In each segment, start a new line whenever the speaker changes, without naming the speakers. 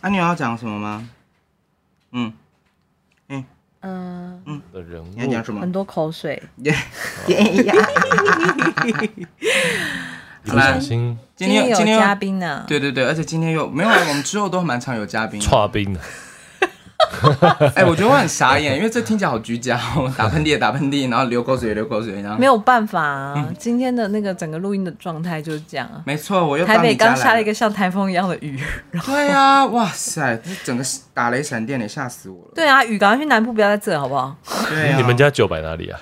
啊，你有要讲什么吗？嗯，
嗯、
的人物
你要讲什么
很？多口 水。
一不小心
今天
有
今天
嘉
又
宾呢，
对对对，而且今天又没有啊，我们之后都蛮常有嘉宾的。
串冰啊了，
哎、我觉得我很傻眼，因为这听起来好居家哦，打喷嚏也打喷嚏，然后流口水也流口水，然后
没有办法啊，
嗯
今天的那个整个录音的状态就是这样啊。
没错，我又
台
帮
北
你加
刚下
来
了一个像台风一样的雨，
对啊，哇塞，这整个打雷闪电，也吓死我 了。
对啊，雨赶快去南部，不要在这好不 好？
对啊，
你们家酒摆哪里啊？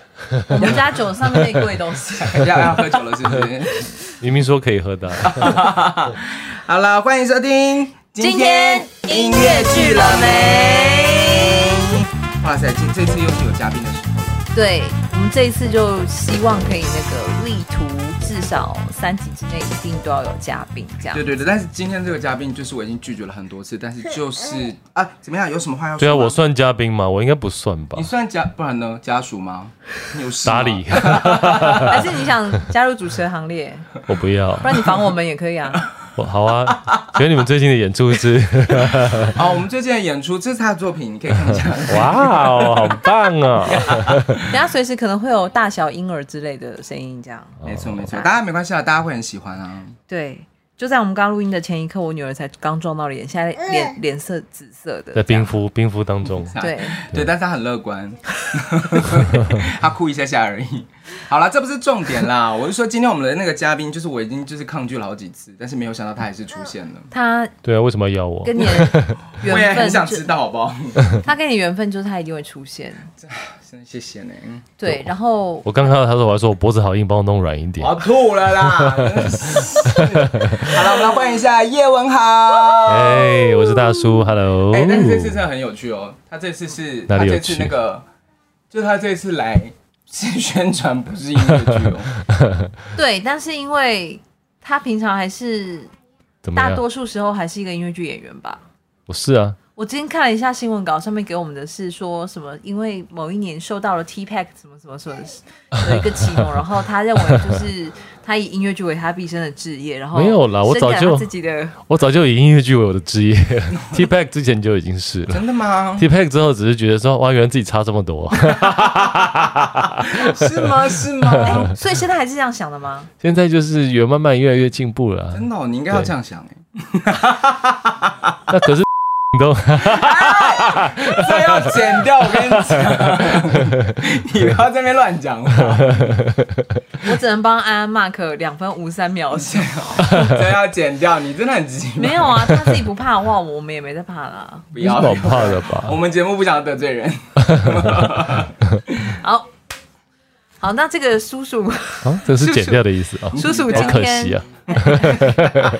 我们家酒上面那柜 都是。
要要喝酒了是不是？
明明说可以喝的啊，
好了，欢迎收听
今天音乐剧了没？
哇塞，今这次又是有嘉宾的时候了。
对，我们这一次就希望可以那个力图至少三集之内一定都要有嘉宾这样
对。对对，但是今天这个嘉宾就是我已经拒绝了很多次，但是就是啊，怎么样？有什么话要说吗？
对啊，我算嘉宾吗？我应该不算吧
你？算家，不然呢？家属吗？你有事吗
打理？
还是你想加入主持人行列，
我不要
不，然你防我们也可 以啊。
我好啊。请问你们最近的演出是？
哦，我们最近的演出，这是他的作品，你可以看一下。
哇哦，好棒哦！
等下随时可能会有大小婴儿之类的声音这样。
哦
没错没错，大家没关系啊，大家会很喜欢啊。
对，就在我们刚录音的前一刻，我女儿才刚撞到脸，现在
嗯
脸脸色紫色的。
在冰敷冰敷当中，
对，
对，但是他很乐观， 他哭一下下而已。好了，这不是重点啦。我是说，今天我们的那个嘉宾，就是我已经就是抗拒了好几次，但是没有想到他还是出现了。
她
对啊，为什么要邀我？
跟 你的
我也
缘
很
分
想
就
知，道，好不好？
她跟你缘分就是她一定会出现。
真的谢谢呢，
对，然后
我刚看到他说，我还说我脖子好硬，帮我弄软一
我
点
要。吐了啦！真是好了，我们来欢迎一下叶文豪。
哎，我是大叔，Hello
哎、。但是这次真的很有趣哦。他这次是，
哪
他
里有
这
趣
次那个，就是他这次来是宣传，不是音乐剧哦。
对，但是因为她平常还是
怎么
大
样？
多数时候还是一个音乐剧演员吧。
我是啊，
我今天看了一下新闻稿，上面给我们的是说什么？因为某一年受到了 T Pack 什么什么什么的一个启 蒙，然后他认为就是他以音乐剧为他毕生的职业，然后
没有啦我早
伸展
就
他自己的
我早就以音乐剧为我的职业 ，T Pack 之前就已经是了。
真的吗？
T Pack 之后只是觉得说，哇，原来自己差这么多。
是吗？是吗？
哦所以现在还是这样想的吗？
现在就是有慢慢越来越进步了啊、
真的、哦，你应该要这样想哎。
那可 是都
这要剪掉，我跟你讲，你不要在那边乱讲话，
我只能帮安安 mark 两分五三 秒钟。
这要剪掉，你真的很急，
没有啊，他自己不怕的话，我们也没在怕啦。
不
没 什
要
么好怕的
我
吧？
们节目不想得罪人，
好，好，那这个叔叔
啊，这是剪掉的意思啊，
叔叔
好
今
可惜
天
啊。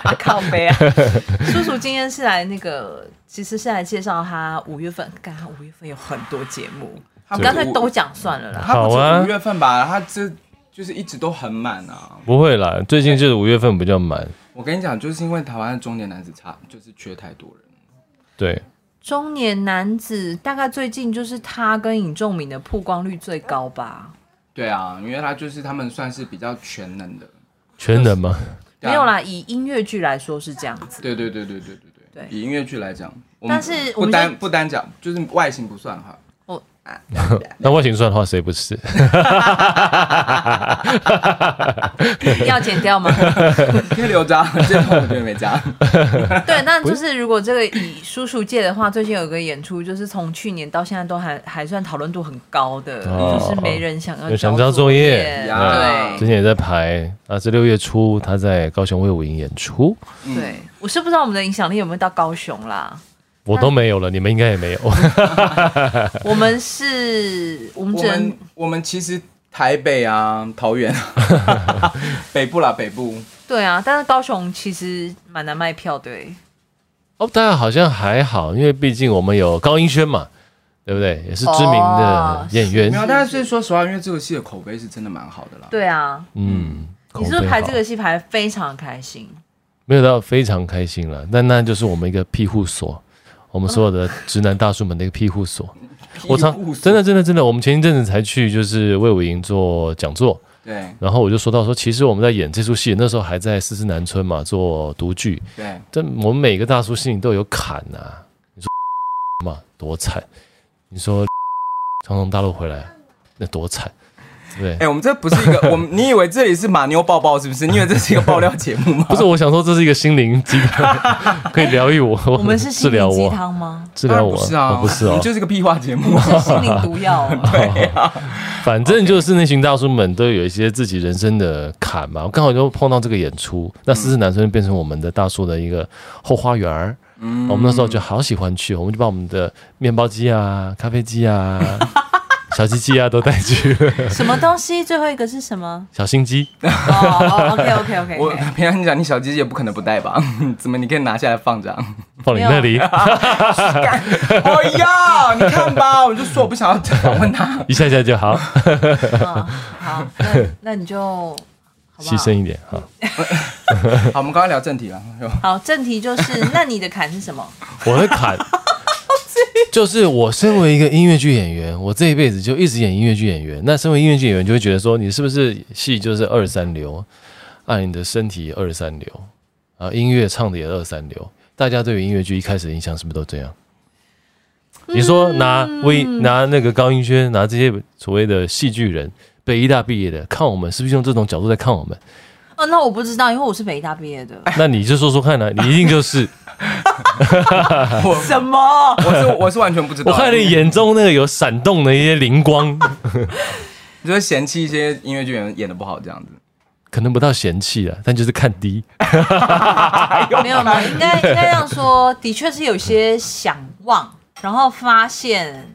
啊靠背啊， 叔叔今天是来那个，其实是来介绍他五月份，干他五月份有很多节目，
他
刚才都讲算了啦。
他不
好啊
止五月份吧，他这就是一直都很满啊。
不会啦，最近就是五月份比较满。
我跟你讲，就是因为台湾的中年男子差，就是缺太多人。
对，
中年男子大概最近就是他跟尹仲敏的曝光率最高吧？
对啊，因为他就是他们算是比较全能的。
全能吗？
对啊
没有，啦，以音乐剧来说是这样子。
对对对对对对对
对
以音乐剧来讲，我们
但是
不
我们
单不单讲，就是外形不算哈。
哦
那外形算的话，谁不是？
嗯要剪掉吗？
可以留 着啊，这种我觉得没加。
啊
对，那就是如果这个以叔叔界的话，最近有一个演出，就是从去年到现在都还还算讨论度很高的，
哦
就是没人想要
有想
交
交作业
呀
对
之前也在排啊，是六月初他在高雄卫武营演出，
嗯
对，我是不知道我们的影响力有没有到高雄 啦。
我都没有了，你们应该也没有。
我们是，我们
我
只能
们我们其实台北啊、桃园、啊、 北部啦，北部
对啊，但是高雄其实蛮难卖票的欸。
哦，当然好像还好，因为毕竟我们有高音轩嘛，对不对？也是知名的
哦
演员
没。有。但是说实话，因为这个戏的口碑是真的蛮好的啦。
对啊，
嗯，
你是不
口碑
是排
好
这个戏排得非常开心？
没有到非常开心了，但那就是我们一个庇护所，我们所有的直男大叔们的一个庇护所。我常
屁股
真的真的真的，我们前一阵子才去就是魏武营做讲座，
对
然后我就说到说，其实我们在演这出戏，那时候还在四四南村嘛做独剧，
对，
但我们每个大叔心里都有坎呐、你说 嘛多惨，你说刚从大陆回来，那多惨，对不对？
哎，我们这不是一 个，我们你以为这里是马妞抱抱是不是？你以为这是一个爆料节目吗？
不是，我啊想说这是一个心灵鸡汤， 可以疗愈我，
我们是
治
心
疗
灵鸡
我，
汤吗？
治
当
疗
然
我，
不是啊，
哦不是
我
哦
们，就是个屁话节目
我
啊。
是心灵毒药 哦、
反正就是那群大叔们都有一些自己人生的坎嘛，我刚好就碰到这个演出，那四四男生变成我们的大叔的一个后花园儿。我们那时候就好喜欢去，我们就把我们的面包机啊、咖啡机啊、小鸡鸡啊都带去，
什么东西？最后一个是什么？
小心机。
哦、o k OK
我
OK，
平常讲，你小鸡鸡也不可能不带吧？ 怎么你可以拿下来放着啊？
放你那里，
哎呀，你看吧，我就说我不想要访问他。
一下下就好，
嗯， 好，那那你就好不
牺
好
牲一点哈。
好，我们刚刚聊正题了。哎呦
好，正题 就是，那你的坎是什么？
我的坎就是我身为一个音乐剧演员，我这一辈子就一直演音乐剧演员。那身为音乐剧演员，就会觉得说，你是不是戏就是二三流，啊，你的身体也二三流，啊，音乐唱的也二三流。大家对于音乐剧一开始的印象是不是都这样？你说拿微拿那个高音轩，拿这些所谓的戏剧人，北医大毕业的，看我们是不是用这种角度在看我们？
哦，那我不知道，因为我是北大毕业的。
那你就说说看呢、啊你一定就是。
什么？
我是我是完全不知道。
我看你眼中那个有闪动的一些灵光，
你就是嫌弃一些音乐剧演员演的不好这样子。
可能不到嫌弃了，但就是看低。
没有没有，应 该应该这样说，的确是有些想望，然后发现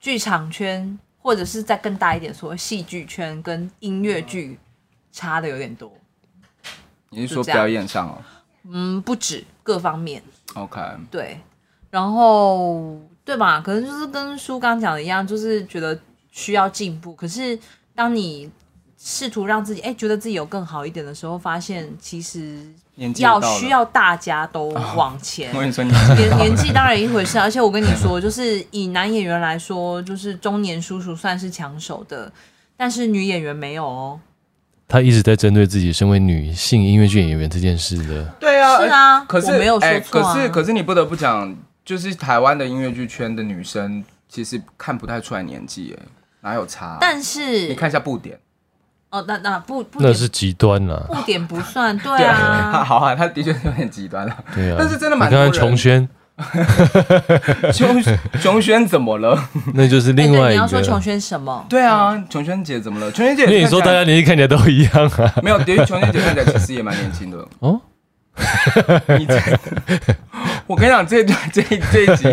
剧场圈或者是再更大一点说，戏剧圈跟音乐剧差的有点多。
你是
就
说
这样
表演上哦
嗯，不止各方面，
？OK，
对，然后对吧？可能就是跟叔刚讲的一样，就是觉得需要进步。可是当你试图让自己哎觉得自己有更好一点的时候，发现其实
年纪也
要
到了啊
需。要大家都往前
我。跟你说，你年纪也
年
到了
年纪当然一回事，啊而且我跟你说，就是以男演员来说，就是中年叔叔算是抢手的，但是女演员没有哦。
她一直在针对自己身为女性音乐剧演员这件事的，
对啊，
是啊
可是
我没有说
哎
错啊
可是可是你不得不讲，就是台湾的音乐剧圈的女生其实看不太出来年纪，哎，哪有差啊？
但
你
是
看一下布点，
哦，那那不不
那
点
是极端啊啦。
不点不算，对
对
啊，
好啊，他的确有点极端 了。
对啊，
但是真的蛮
你看
多人
看琼轩，
琼琼轩怎么了？
那就是
哎
另
对
外
你
一
要说琼
个。
轩 什么？
对啊，琼轩姐怎么了？琼轩姐，
因为你说大家年纪看起来都一样 啊，
没有，对于琼轩姐看起来其实也蛮年轻的。
哦，
你这，我跟你讲，这这这一集，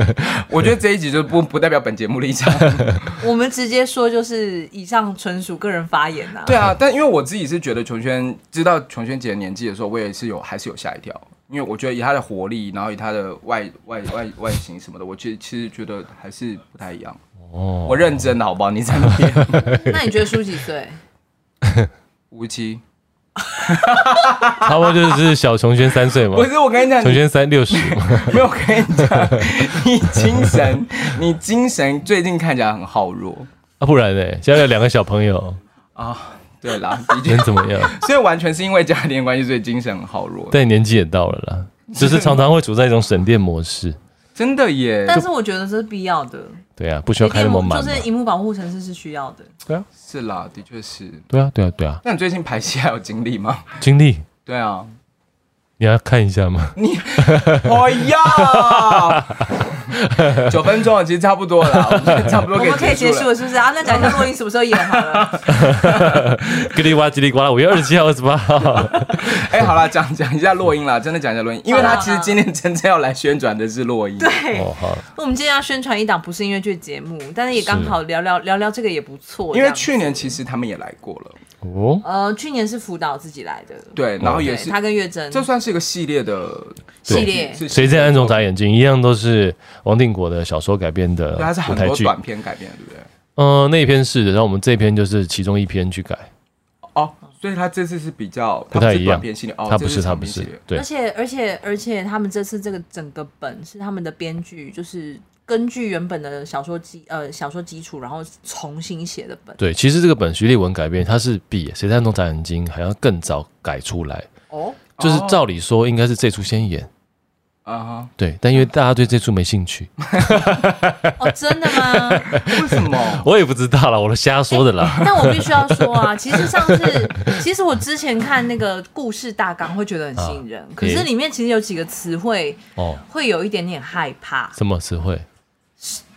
我觉得这一集就不不代表本节目立场。
我们直接说就是以上纯属个人发言呐、啊。
对啊，但因为我自己是觉得琼轩知道琼轩姐的年纪的时候，我也是有还是有吓一跳，因为我觉得以她的活力，然后以她的外外外外形什么的，我其实其实觉得还是不太一样。
哦，
我认真的好不好？你在那边
那你觉得叔几岁？
无期，
差不多就是小琼轩三岁嘛
不，是我跟你讲，
琼轩三六十，
没有我跟你讲，你精神，你精神最近看起来很耗弱
啊，不然呢？现在有两个小朋友，
啊。对啦，的确
能，怎么 样？
所以完全是因为家庭的关系，所以精神很耗弱。
但年纪也到了啦，就是常常会处在一种省电模式。
真的耶，
但是我觉得这是必要的，
对啊，不需要开那么满
就
嘛。
是荧幕保护城市是需要的。
是啦，的确是。
对啊，对啊，对啊，
那你最近排戏还有精力吗？
经历
对啊，
你要看一 下吗？
哎呀， 九分钟了，其实差不多 了啦，我们差不多
我们可以结束
了。
了，是不是啊？那讲一下洛英什么时候演好了？
叽里呱叽里呱啦，五月二十七号、二十八号，
哎、好了，讲讲一下落音啦，真的讲一下落音，因为他其实今天真正要来宣传的是落音。
对，
哦好，
我们今天要宣传一档不是音乐剧的节目，但是也刚好聊聊聊聊这个也不错。
因
这
为
样
去年其实他们也来过了，
哦，
呃去年是辅导自己来的，
对，然后
哦对，
也是，
他跟月珍
这算是一个系列的
系列
是
谁在暗中眨眼睛？一样都是王定国的小说改编的
对，它是
舞
很
台
多
剧。
短片改编的，对不对？
嗯、那一篇是的，然后我们这篇就是其中一篇去改，
哦，所以他这次是比较
不太
它是
一样
短片系列，哦，
他不是，
它
他不是，对
而，且而且而且，他们这次这个整个本是他们的编剧，就是根据原本的小说基呃小说基础，然后重新写的本。
对，其实这个本徐立文改编，它是比《谁在弄砸眼睛》还要更早改出来，
哦，
就是照理说应该是这出先演，
啊哈，
对，但因为大家对这出没兴趣，
哦，真的吗？
为什 么？
我也不知道啦，我瞎说的 啦。
但我必须要说啊，其实上次，其实我之前看那个故事大纲会觉得很
啊
吸引人，可是里面其实有几个词汇
哦，
会有一点点害怕，
什么词汇？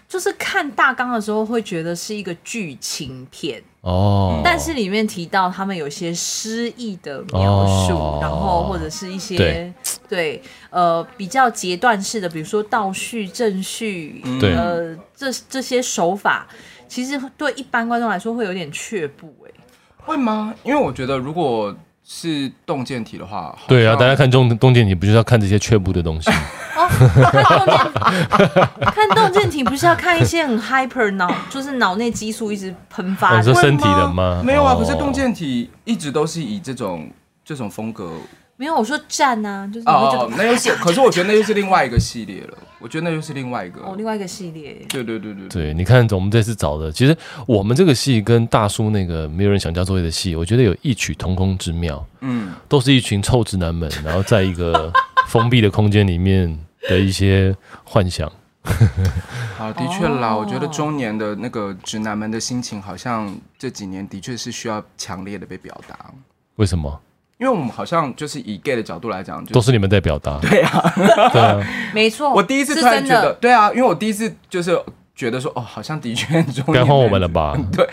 就是看大纲的时候会觉得是一个剧情片，
哦，
但是里面提到他们有些诗意的描述，
哦
然后或者是一些
对
对呃比较截断式的，比如说倒叙、正叙，
对
呃这这些手法，其实对一般观众来说会有点却步哎、
会吗？因为我觉得如果是洞见体的话，好
对啊，
像
大家看中东建，你不就是要看这些却步的东西？
哦，看动见，看动见体不是要看一些很 hyper 脑，就是脑内激素一直喷
哦
发
你
的
说
会吗
身体的吗
没有啊，
哦
可是洞见体一直都是以这种这种风格
没有，我说站啊，就是你会觉
哦，
得
那又是，可是我觉得那又是另外一个系列了，我觉得那又是另外一个。
哦，另外一个系列，
对对对对对，
对，你看我们这次找的，其实我们这个戏跟大叔那个没有人想交作业的戏，我觉得有异曲同工之妙，
嗯，
都是一群臭直男们，然后在一个封闭的空间里面的一些幻想。
好，的确啦，我
哦
觉得中年的那个直男们的心情，好像这几年的确是需要强烈的被表达，
为什么？
因为我们好像就是以 gay 的角度来讲，就
都
是
是你们在表达。
对啊，
对啊，
没错，
我第一次
哦是
突然
真
觉得
的，，
对啊，因为我第一次就是觉得说，哦，好像的确中年
该换我们了
男
吧？
子？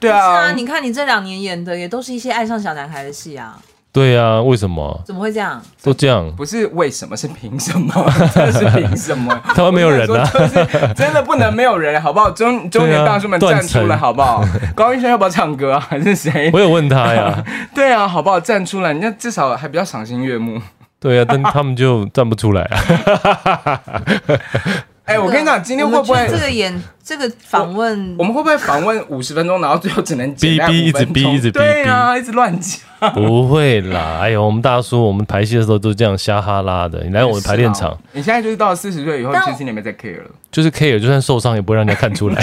对
是啊，
啊，
你看你这两年演的也都是一些爱上小男孩的戏啊，
对啊，为什么
怎么会这样？
都这样？
不是为什么，是凭什么？ 真的是凭什么？
台湾没有人啊
我跟你说就是真的不能没有人，好不好？中中年大叔们
对啊断
站出来，
层
好不 好？高一轩要不要唱歌啊？还是谁
我？有问他呀。
对啊，好不好？站出来，人家至少还比较赏心悦目。
对啊，但他们就站不出来啊。
哎，我跟你讲，今天会不
我
会
们觉得这个演这个访问
我？们会不会访问五十分钟，然后最后只能简单
逼
5分钟
逼一直逼一直逼
对啊，一直乱讲。
不会啦，哎呦，我们大叔，我们排戏的时候都这样瞎哈拉的。你来我们排练
是
场
啊，，你现在就是到了四十岁以后，
但
其实你没在 care 了。
就是 K 就算受伤也不会让人家看出来。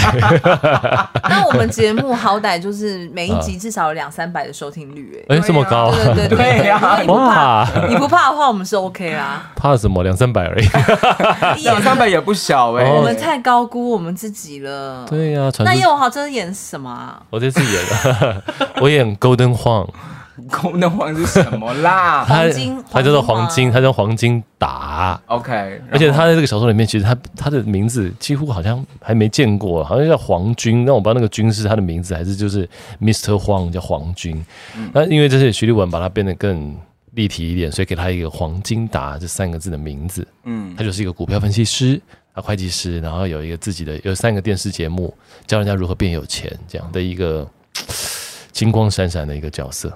那我们节目好歹就是每一
啊
集至少有两三百的收听率、哎、
哎，这么高啊，
对对对
对啊
如果你不怕，
哇，
你不怕的话，我们是 OK 啊啦。
怕什么？两三百而 已。
两三百也不小哎、
我
哦
们太高估我们自己了。
对呀、传
那
出
叶文豪真的演什么啊？
我这次演， 我演 Golden Huang，
功能王是什么啦
他
黄金
他叫做黄
黄金
金，
吗
他叫黄金达。
？OK，
而且他在这个小说里面，其实他他的名字几乎好像还没见过，好像叫黄军。那我不知道那个军是他的名字，还是就是 Mr. 黄叫黄军。那因为这是徐立文把它变得更立体一点，所以给他一个黄金达这三个字的名字。
嗯，
他就是一个股票分析师啊，会计师，然后有一个自己的有三个电视节目，教人家如何变有钱这样的一个金光闪闪的一个角色。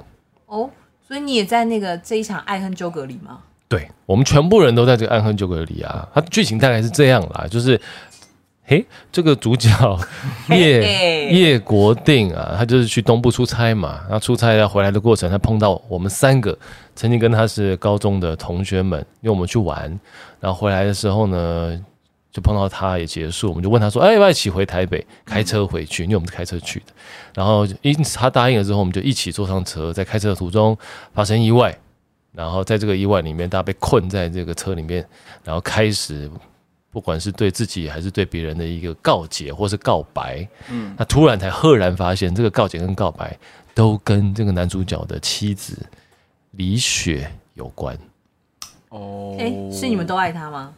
哦，所以你也在那个这一场爱恨纠葛里吗？
对我们全部人都在这个暗恨纠葛里啊，它剧情大概是这样啦，就是。嘿，这个主角叶
嘿
叶国定啊，他就是去东部出差嘛。那出差要回来的过程，他碰到我们三个曾经跟他是高中的同学们，因为我们去玩，然后回来的时候呢，就碰到他也结束，我们就问他说：“哎，要不要一起回台北？开车回去，因为我们是开车去的。”然后因此他答应了之后，我们就一起坐上车，在开车的途中发生意外，然后在这个意外里面，大家被困在这个车里面，然后开始不管是对自己还是对别人的一个告解或是告白，嗯，那突然才赫然发现，这个告解跟告白都跟这个男主角的妻子李雪有关。
哦
哎、是你们都爱他吗？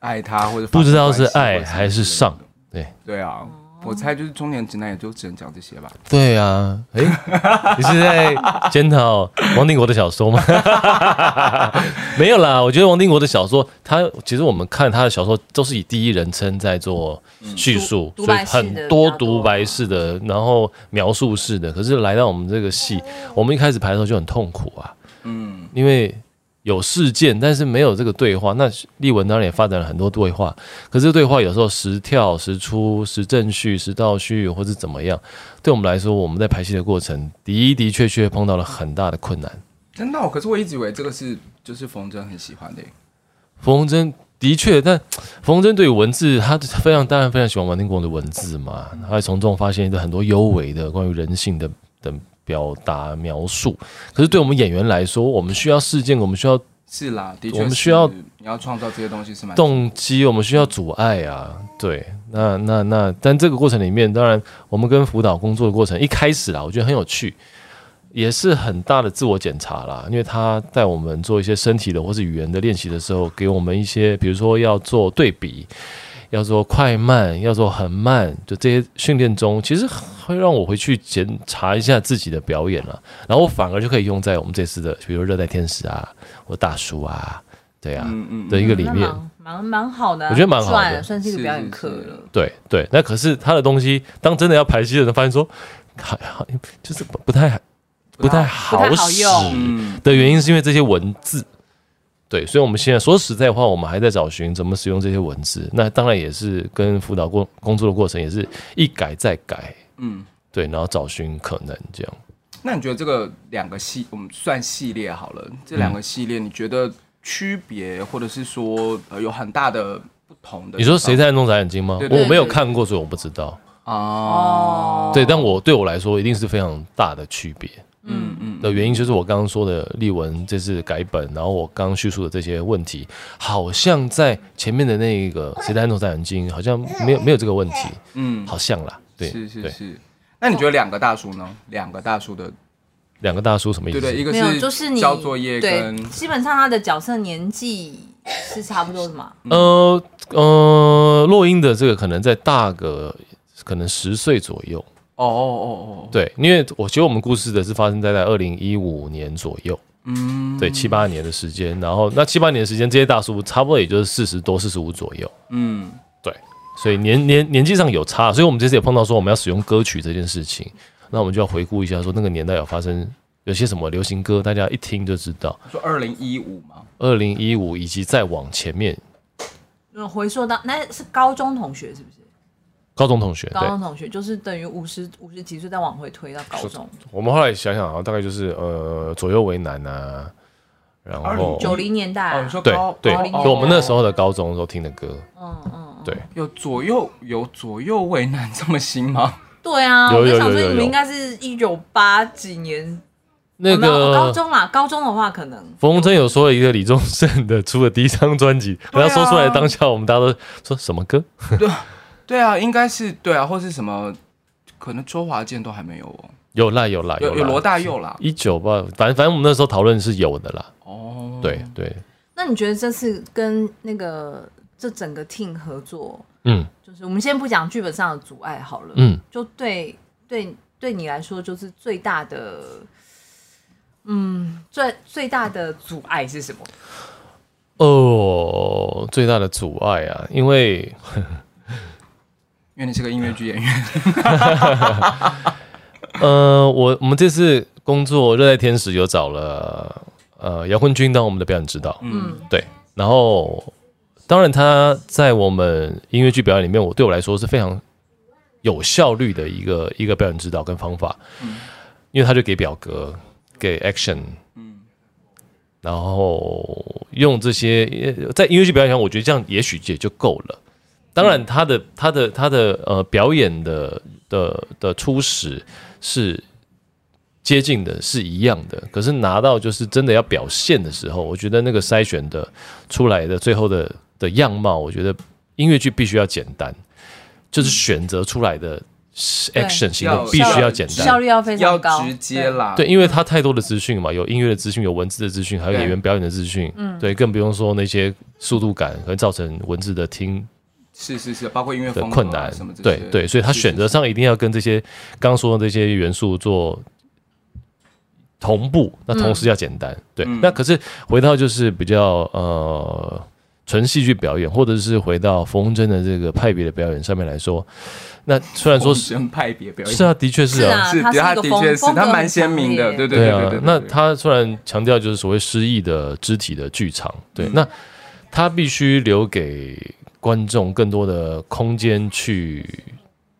爱他，或者
不知道是爱
发生关系
还是上？对
对啊，我猜就是中年直男也就只能讲这些吧。
对啊，哎、你是在检讨王定国的小说吗？ 没有啦，我觉得王定国的小说，他其实我们看他的小说都是以第一人称在做叙述，
独独
所以
白式的比较
很多
多
独白式的，然后描述式的。可是来到我们这个戏，我们一开始排的时候就很痛苦啊，
嗯，
因为有事件，但是没有这个对话。那立文当然也发展了很多对话，可是对话有时候时跳、时出、时正序、时倒序，或是怎么样，对我们来说，我们在排戏的过程的的确确碰到了很大的困难。
真的哦、可是我一直以为这个是就是冯真很喜欢的耶。
冯真的确，但冯真对于文字，他非常当然非常喜欢王定国的文字嘛，他从中发现很多幽微的关于人性的的表达描述。可是对我们演员来说，我们需要事件，我们需要
是啦，的确是，
我们需要
你要创造这些东西是蛮
动机，我们需要阻碍啊。对，那那那，但这个过程里面，当然我们跟辅导工作的过程一开始啦，我觉得很有趣。也是很大的自我检查啦，因为他带我们做一些身体的或是语言的练习的时候，给我们一些，比如说要做对比，要做快慢，要做很慢，就这些训练中，其实会让我回去检查一下自己的表演了，然后我反而就可以用在我们这次的，比如说热带天使啊，或大叔啊，对啊
嗯嗯
的一个里
那
面，
蛮蛮蛮好的啊，
我觉得蛮好的
赚了算是一个
是
表演
是
课
是
了。
对对，那可是他的东西，当真的要排戏的时候，发现说，还好就是不不太不
不
太
太
好
好
使
用
嗯，
的原因是因为这些文字。对，所以，我们现在说实在话，我们还在找寻怎么使用这些文字。那当然也是跟辅导过工作的过程，也是一改再改。
嗯，
对，然后找寻可能这样。
那你觉得这个两个系，我们算系列好了，这两个系列你觉得区别，或者是说呃有很大的不同的地方？
你说谁在暗中眨眼睛吗？
对对
我没有
对
看过，所以我不知道。
啊哦？
哦，
对，但我对我来说一定是非常大的区别。
嗯嗯，
的原因就是我刚刚说的例文这次改本，然后我刚刚叙述的这些问题，好像在前面的那个《谁在暗中眨眼睛》好像没有没有这个问题，
嗯，
好像啦。对
是是
对，
是。那你觉得两个大叔呢？两个大叔的，
两个大叔什么意
对
思？
对，一个
没有，就是你
交作业
对
跟，
基本上他的角色年纪是差不多的嘛。
呃呃，落英的这个可能再大个，可能十岁左右。
哦哦哦哦，
对，因为我觉得我们故事的是发生在在二零一五年左右，
嗯，
对，七八年的时间。然后那七八年的时间，这些大叔差不多也就是四十多、四十五左右，
嗯，
所以年年年纪上有差。所以我们这次也碰到说我们要使用歌曲这件事情，那我们就要回顾一下说那个年代有发生有些什么流行歌，大家一听就知道。
说二零一五嘛，
二零一五以及再往前面，
嗯，回溯到那是高中同学是不是？
高中同学对
高。中同学就是等于五十五十几岁再往回推到高中，
我们后来想想啊，大概就是呃左右为难啊，然后
2019
九零年代
哦，
啊、
你说
对
高
对，
高
零年
就我们那时
候
候的高中的时候听的歌，
嗯嗯，
对，
有左右有左右为难这么新吗？
对啊，
有
我
有
就想
有
说
有
你
有
们应该是一九八几年，
那
哦没有哦高
个
中啦，高中的话可能
冯洪真有说了一个李宗盛的出的第一张专辑，
对啊
然后说出来当下我们大家都说什么歌？
对啊，应该是对啊，或是什么，可能周华健都还没有哦，
有啦有啦
有有
啦
罗大佑啦，
一九吧，反正反正我们那时候讨论是有的啦，
哦，
对对，
那你觉得这次跟那个这整个 team 合作，
嗯
就是我们先不讲剧本上的阻碍好了，
嗯，
就对对对你来说，就是最大的，嗯，最最大的阻碍是什么？
哦，最大的阻碍啊，因为
因为你是个音乐剧演员，
呃，我我们这次工作热带天使有找了呃姚坤君当我们的表演指导，
嗯，
对，然后当然他在我们音乐剧表演里面，我对我来说是非常有效率的一个一个表演指导跟方法，因为他就给表格，给 action，
嗯
然后用这些呃在音乐剧表演上，我觉得这样也许也就够了。当然，他的他的他的呃表演的的的初始是接近的，是一样的。可是拿到就是真的要表现的时候，我觉得那个筛选的出来的最后的的样貌，我觉得音乐剧必须要简单，就是选择出来的 action 行动
嗯要
必须
要
要简单，
效率要非
哦要
常高，
直接啦，
对，，因为它太多的资讯嘛，有音乐的资讯，有文字的资讯，还有
对
演员表演的资讯，嗯，对，更不用说那些速度感和造成文字的听
是是是，包括音乐
的
风格啊
困难
什么，这
对
些
对，所以他
是
选择
是
上一定要跟这些刚说的这些元素做同步，那同时要简单，对。
嗯
那可是回到就是比较呃纯戏剧表演，或者是回到冯真的这个派别的表演上面来说，那虽然说
是
是
人派别表演，
是啊，的确是
是
啊，
啊
是，
他是一
他
个
的
风
确是
风格
他蛮
很
鲜
强
明的，
烈
对对对
对啊
对。，
那
对
他虽然强调就是所谓诗意的肢体的剧场，对，那他必须留给观众更多的空间去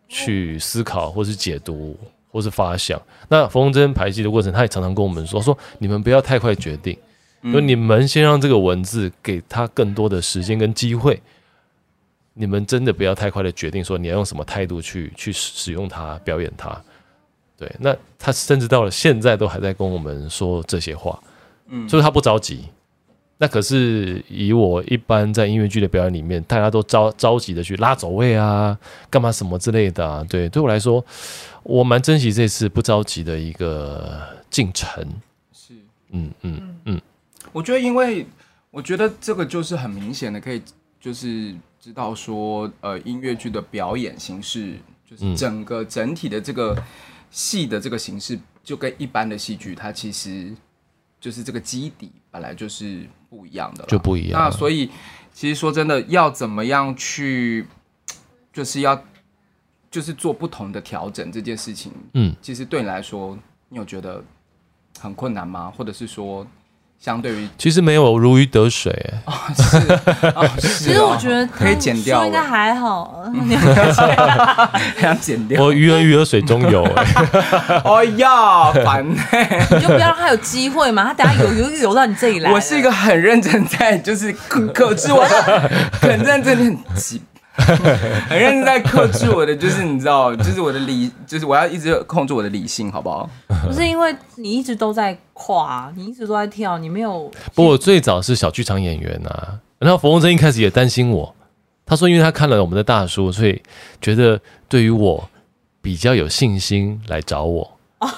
去思考，或是解读，或是发想。那冯真排戏的过程，他也常常跟我们说：说你们不要太快决定，就你们先让这个文字给他更多的时间跟机会。你们真的不要太快的决定说你要用什么态度去去使用它、表演它。对，那他甚至到了现在都还在跟我们说这些话，嗯，就是他不着急。那可是以我一般在音乐剧的表演里面，大家都着着急的去拉走位啊，干嘛什么之类的啊。对，对我来说，我蛮珍惜这次不着急的一个进程。
是，
嗯嗯嗯，
我觉得，因为我觉得这个就是很明显的，可以就是知道说，呃，音乐剧的表演形式，
嗯
就是整个整体的这个。戏的这个形式就跟一般的戏剧，它其实就是这个基底本来就是不一样的，
就不一样。
那所以，其实说真的，要怎么样去，就是要就是做不同的调整这件事情，
嗯，
其实对你来说，你有觉得很困难吗？或者是说，相对于
其实没有如鱼得水、欸，
哦是哦是哦
其实我觉得
可以剪掉
说
了，
应该还好，
还要剪掉。
我鱼儿鱼儿水中游、欸，
哎呀，烦 欸
你就不要让他有机会嘛，他等下游游游到你这里来了。
我是一个很认真在，就是克克制我的，很认真的很急，很认真在克制我的，就是你知道，就是我的理，就是我要一直控制我的理性，好不 好？
不是因为你一直都在跨，你一直都在跳，你没有
不过我最早是小剧场演员啊，然后冯洪珍一开始也担心我，他说因为他看了我们的大叔，所以觉得对于我比较有信心来找我。
哦，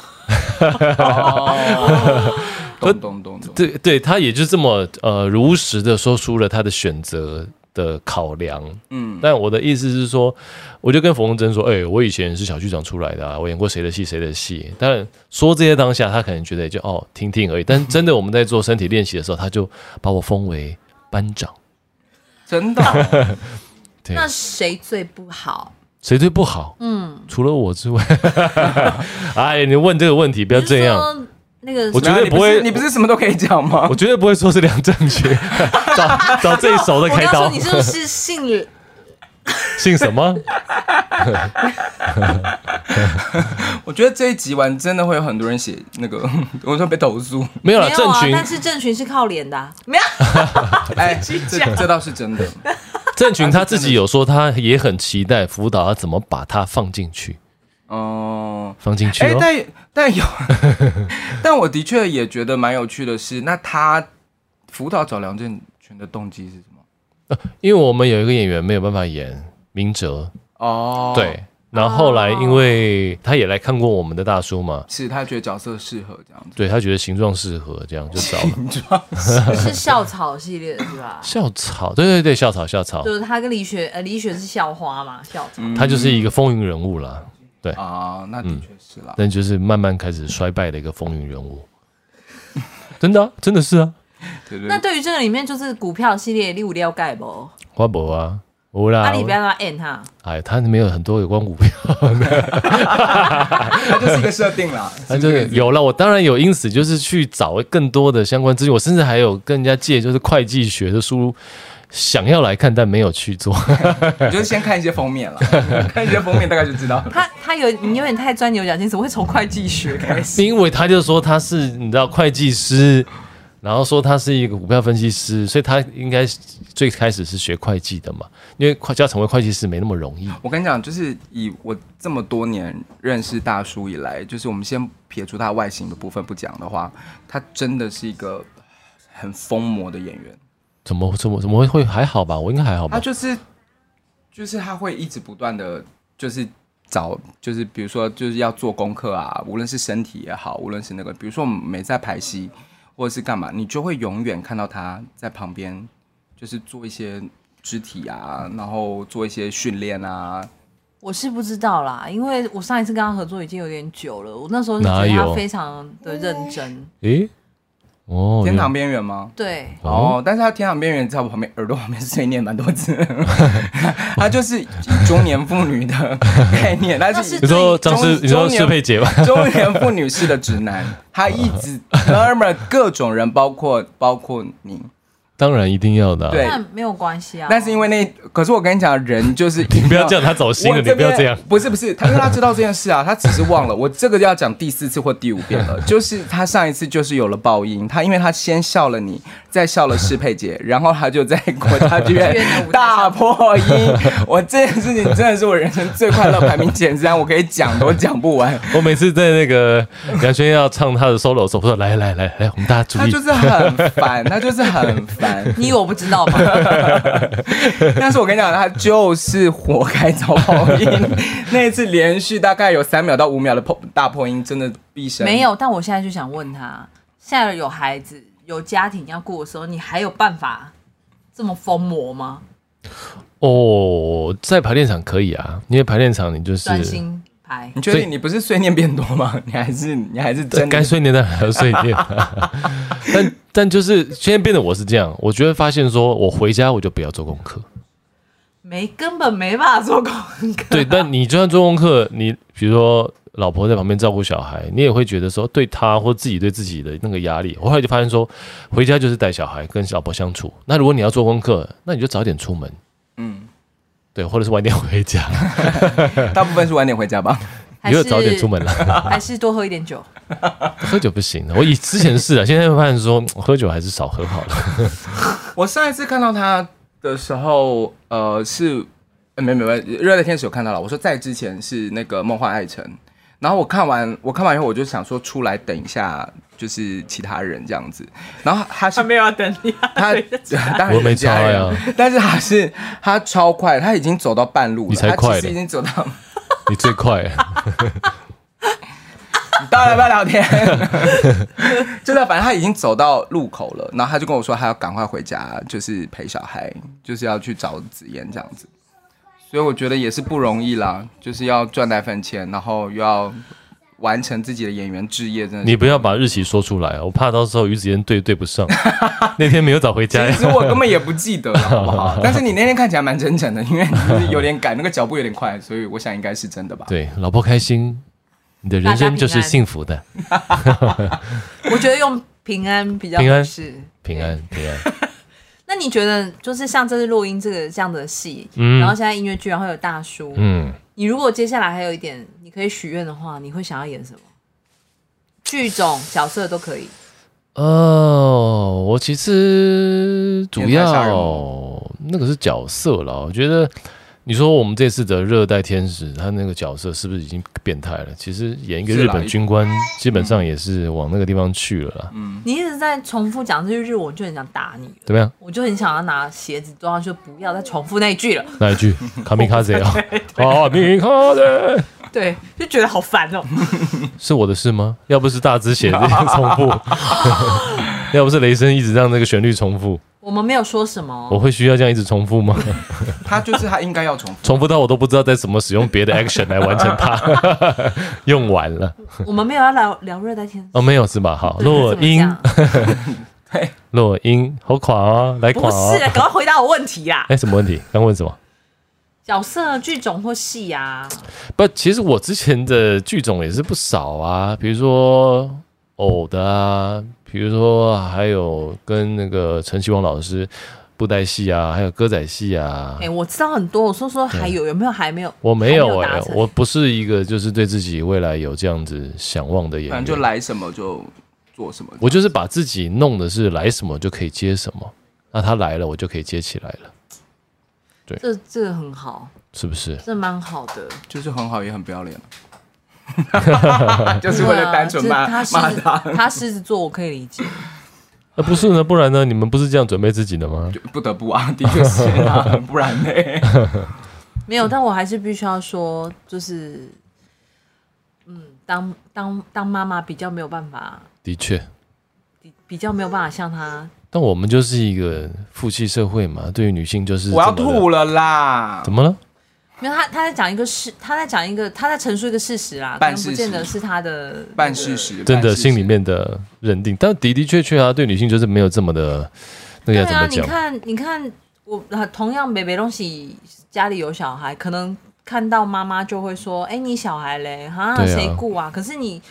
懂懂懂懂，
对对，他也就这么呃如实的说出了他的选择的考量。
嗯，
但我的意思是说，我就跟冯洪珍说，哎、我以前是小剧场出来的、啊，我演过谁的戏谁的戏。但说这些当下，他可能觉得也就哦听听而已。但真的我们在做身体练习的时候，他就把我封为班长。
真的哦，
对
那谁最不好？
谁最不好？嗯，除了我之外， 哎，你问这个问题不要这
你
样，
是说那个
我觉得
没有你
不会
是你不是什么都可以讲吗
我？绝对不会说是梁正 学，找找这一手的
我
开
刚说
刀
你，是不是姓
姓什么？
我觉得这一集完真的会有很多人写那个，我说被投诉，
没有啦，
没有
郑
啊？
群，
但是郑群是靠脸的啊、没有
哎，这这倒是真的，
郑群他自己有说，他也很期待辅导他怎么把它放进去，
哦。
放进去
哎、
哦。
但但有， 但我的确也觉得蛮有趣的是，那他辅导找梁振群的动机是什么？
因为我们有一个演员没有办法演明哲，
哦，，
对，然后后来因为他也来看过我们的大叔嘛，
是他觉得角色适合这样子。
对他觉得形状适合，这样就找 了
是校草系列的是吧？
校草，对对对，校草校草
就，是他跟李雪，呃，李雪是校花嘛，校草。
嗯
他就是一个风云人物啦。
啊、那
嗯
的确是啦。
但就是慢慢开始衰败的一个风云人物。真的啊、真的是啊，
对对
那
对，
对于这个里面就是股票系列，你有了解不？
花博啊，无啦，
阿里不要让他 end 他，
哎，他没有很多有关股票，
他就是一个设定啦。
他就是有了。我当然有，因此就是去找更多的相关资讯，我甚至还有跟人家借，就是会计学的书，想要来看但没有 去做。
你就是先看一些封面啦， 看一些封面大概就知道。
他他有你有点太钻牛角尖，怎么会从会计学 开始？
因为他就说他是你知道会计师，然后说他是一个股票分析师，所以他应该是最开始是学会计的嘛，因为会要成为会计师没那么容易。
我跟你讲，就是以我这么多年认识大叔以来，就是我们先撇除他外形的部分不讲的话，他真的是一个很疯魔的演员。
怎么怎么怎么会还好吧？我应该还好吧
他？就是就是他会一直不断的就是找，就是比如说就是要做功课啊，无论是身体也好，无论是那个，比如说我们每在排戏或者是干嘛，你就会永远看到他在旁边，就是做一些肢体啊，然后做一些训练啊，
我是不知道啦，因为我上一次跟他合作已经有点久了，我那时候是觉
哪
得
有
他非常的认真，
诶，哦，
天堂边缘吗？
对，
哦
哦，但是他天堂边缘在我旁边耳朵旁边碎念蛮多次， 他就是以中年妇女的概念， 他
那
是
是
你说
中
张师，你
中
说
年
适配姐吧？
中年妇女式的直男，他一直 murmur 各种人，包括包括你，
当然一定要的、啊。
对
那没有关系啊。
但是因为那，可是我跟你讲，人就是你
你不要这样，他走心了，
我
你不要这样
边。不是不是，他因为他知道这件事啊，他只是忘了。我这个要讲第四次或第五遍 了，就是他上一次就是有了报应，他因为他先笑了你，再笑了适佩 姐，然后他就在国家剧院
剧院的舞台上
大破 音。我这件事情真的是我人生最快乐排名前三，我可以讲都讲不 完。
我每次在那 个杨轩要唱他的 solo 的时候，我说来来来来，我们大家注
他
意
就，是很烦，他就是很烦。
你以为我不知道吗？
但是我跟你讲，他就是活 该遭报应。那一次连续大概有三秒到五秒的破大破音，真的毕生
没。有，但我现在就想问他，现在有孩子、有家庭要顾的时候，你还有办法这么疯魔吗？
哦，在排练场可以啊，因为排练场你就是
专心拍
你确定你不是碎念变多吗？你还是你还是真的
呃该碎念的还要碎念、 但但就是现在变得我是这样，我觉得发现说我回家我就不要做功课。
没根本没办法做功课。
对，但你就算做功课，你比如说老婆在旁边照顾小孩，你也会觉得说对她或自己对自己的那个压力。我后来就发现说，回家就是带小孩跟老婆相处。那如果你要做功课，那你就早点出门，
嗯，
对，或者是晚点回家，
大部分是晚点回家吧。
还
你
是
就早点出门啊了。
还是多喝一点酒。
喝酒不行的，我以之前是啊，现在发现说喝酒还是少喝好了。
我上一次看到他的时候，呃，是呃没没没，热烈天使有看到了。我说在之前是那个梦幻爱城，然后我看完我看完以后，我就想说出来等一下，就是其他人这样子。然后他是
没有要等你、啊，
他当然
我没
家
差呀
人，但是他是他超快，他已经走到半路了，
你才
他
快
其实
嘞
已经走到，
你最快，啊
当然不要聊天， 真的，反正他已经走到路口了，然后他就跟我说他要赶快回家，就是陪小孩，就是要去找子妍这样子，所以我觉得也是不容易啦，就是要赚那份钱，然后又要完成自己的演员置业，真的是
你不要把日期说出来，我怕到时候于子妍对对不 上。那天没有早回家
其，实我根本也不记得了，好不 好？但是你那天看起来蛮真诚的，因为就是有点赶，那个脚步有点快，所以我想应该是真的吧。
对，老婆开心，你的人生就是幸福的，
我觉得用平安比较
平安
合适。
平安平 安。
那你觉得，就是像这次录音这个这样的戏，
嗯
然后现在音乐剧，然后有大叔，
嗯，
你如果接下来还有一点你可以许愿的话，你会想要演什么？剧种、角色都可以。
哦，我其实主
也太吓人
要哦那个是角色啦，我觉得你说我们这次的热带天使，他那个角色是不是已经变态了？其实演一个
是
日
啦
本
一
军官，基本上也是往那个地方去了啦。
你一直在重复讲这句日文，我就很想打你了
怎么 样？
我就很想要拿鞋子抓上去，不要再重复那一句 了。
那一句？卡米卡贼啊！哦，米卡贼。
对，就觉得好烦哦。
是我的事吗？要不是大只写这些重 复，要不是雷声一直让那个旋律重复，
我们没有说什么
我
哦，
会需要这样一直重复吗？
他就是他应该要 重复。
重复到我都不知道再怎么使用别的 action 来完成它， 用完了
我们没有要聊聊热带天使。
哦，没有是吧？好，
对
落音，
怎么讲
落音，好垮哦，来垮
不
哦
是，，赶快回答我问题啦。
哎，什么问题？刚问什么？
角色、剧种或戏啊，
不，其实我之前的剧种也是不少啊，比如说偶的啊，比如说还有跟那个陈希望老师布袋戏啊，还有歌仔戏啊，
哎、我知道很多。我说说还有有没有还没有？
我没有哎、
还达成
我不是一个就是对自己未来有这样子想望的演
反
员，
正就来什么就做什么。
我就是把自己弄的是来什么就可以接什么，那他来了我就可以接起来了，
这这个很好，
是不是？
这蛮好的。
就是很好，也很不要 脸。就是为了单纯骂
对啊
骂
这他
他，
狮子，他狮子座，我可以理解。
那、呃不是呢，不然呢？你们不是这样准备自己的吗？
就不得不啊， 的确是 啊，不然呢？
没有，但我还是必须要说，就是，嗯，当当当妈妈比较没有办法，
的确，
比比较没有办法像他。
但我们就是一个父系社会嘛，对于女性就是
我要
这么的
吐了啦
怎！么了？
没有，他他在讲一个事，他在讲一个，他在陈述一个事实啦，可
半
能不
事
见
实
得是他的
办事。实，
真
办
的
事实
心里面的认定，但的的确确啊，对女性就是没有这么的，那个
那
要
个对啊，
怎么
你
讲？
看，你看，我呃同样北北东西家里有小孩，可能看到妈妈就会说：“哎，你小孩嘞，哈，
对啊
谁顾啊？”可是你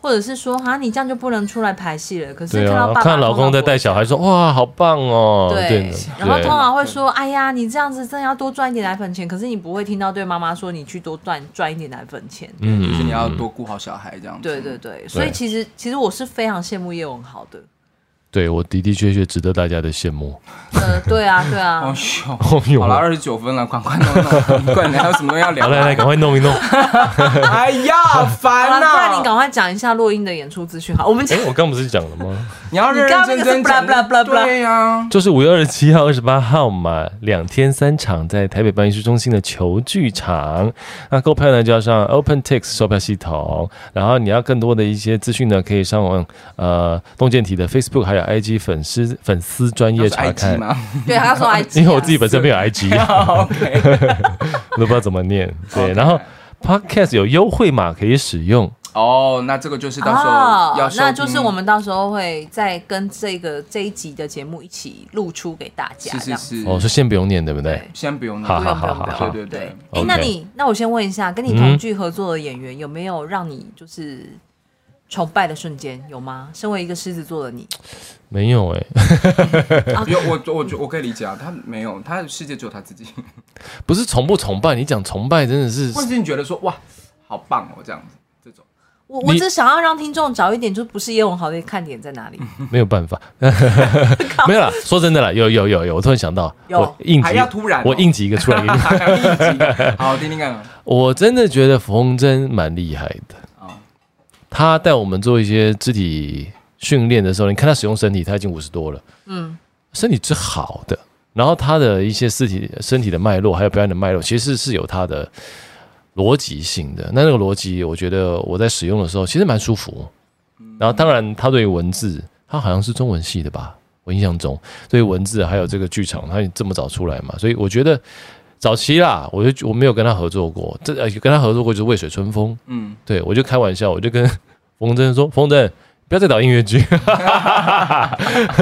或者是说啊，你这样就不能出来排戏了。可是
对
看到
啊
爸，爸
看老公在带小孩说哇好棒哦，
对
对，，
然后
对
通常会说：“哎呀，你这样子真的要多赚一点奶粉钱。”可是你不会听到对妈妈说：“你去多赚赚一点奶粉钱。
嗯
就是你要多顾好小孩这样子。
对对对，所以其实其实我是非常羡慕叶文豪的。
对我的的确确值得大家的羡慕。
呃，对啊，对啊
哦，哟，
哦呦
好了，二十九分了，赶快弄弄，快点，还有什么东西要聊
好，？来来，赶快 弄一弄。
哎呀，
好了，
烦啊
不然
呐！
你赶快讲一下洛英的演出资讯好，我们
哎
讲，
我刚不是讲了吗？
你要认认真真讲
你刚刚那个是 blah blah blah blah
对呀，
就是五月二十七号、二十八号嘛，两天三场在台北办艺术中心的球剧场。那购票呢就要上 OpenTix 售票系统，然后你要更多的一些资讯呢，可以上网呃洞见体的 Facebook 还有 IG 粉丝粉丝专业
就是
查
IG
看。
吗
对，他说 IG，
因为我自己本身没有 IG，
？OK，
都不知道怎么念。对，
OK
然后 Podcast 有优惠码可以使用。
哦，那这个就是到时
哦
候要，收
那就是
听
我们到时候会再跟这个这一集的节目一起露出给大家，
是
这
是
样子。
是，
哦，是先不用念对不对？
先不用
好
那个，
不
好
用
好好
不用
好，
对对
对
对，
哎、
OK 嗯
那你那我先问一下，跟你同剧合作的演员、有没有让你就是崇拜的瞬间？有吗？身为一个狮子座的你，
没有哎、
有我我我我可以理解啊，他没有，他的世界只有他自己，
不是崇不崇拜，你讲崇拜真的是
或者是你觉得说哇，好棒哦这样子，这种
我我
你
只想要让听众找一点，就不是叶文豪的看点在哪里？
没有办 法，没有啦。说真的啦，有有有有，我突然想到，
有
我应急
还要突然哦，
我应急一个出来给你。
还要应急的，好听听看啊，
我真的觉得冯真蛮厉害的，
哦
他带我们做一些肢体训练的时候，你看他使用身体，他已经五十多了，
嗯，
身体是好的。然后他的一些肢体、身体的脉络，还有表演的脉络，其实是有他的逻辑性的。那那个逻辑，我觉得我在使用的时候其实蛮舒服。然后当然，他对文字，他好像是中文系的吧，我印象中，所以文字还有这个剧场，他这么早出来嘛，所以我觉得早期啦，我就我没有跟他合作过，这呃跟他合作过就是《渭水春风》，
嗯，
对我就开玩笑，我就跟 冯真说，冯真。不要再导音乐剧，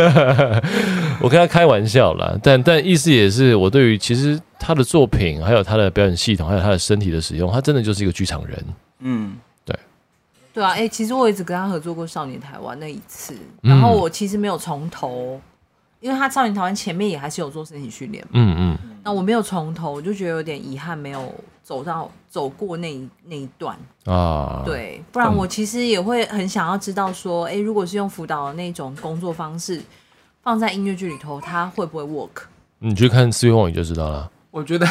我跟他开玩笑啦，但但意思也是，我对于其实他的作品，还有他的表演系统，还有他的身体的使用，他真的就是一个剧场人。
嗯，
对啊，哎、其实我也只跟他合作过《少年台湾》那一次，
嗯
然后我其实没有从头，因为他《少年台湾》前面也还是有做身体训练嘛，
嗯嗯，
那我没有从头，我就觉得有点遗憾，没有走到走过那一那一段。
啊，，
对，不然我其实也会很想要知道说，哎、如果是用辅导的那种工作方式放在音乐剧里头，它会不会 work？
你去看《四月望雨》就知道了。
我觉得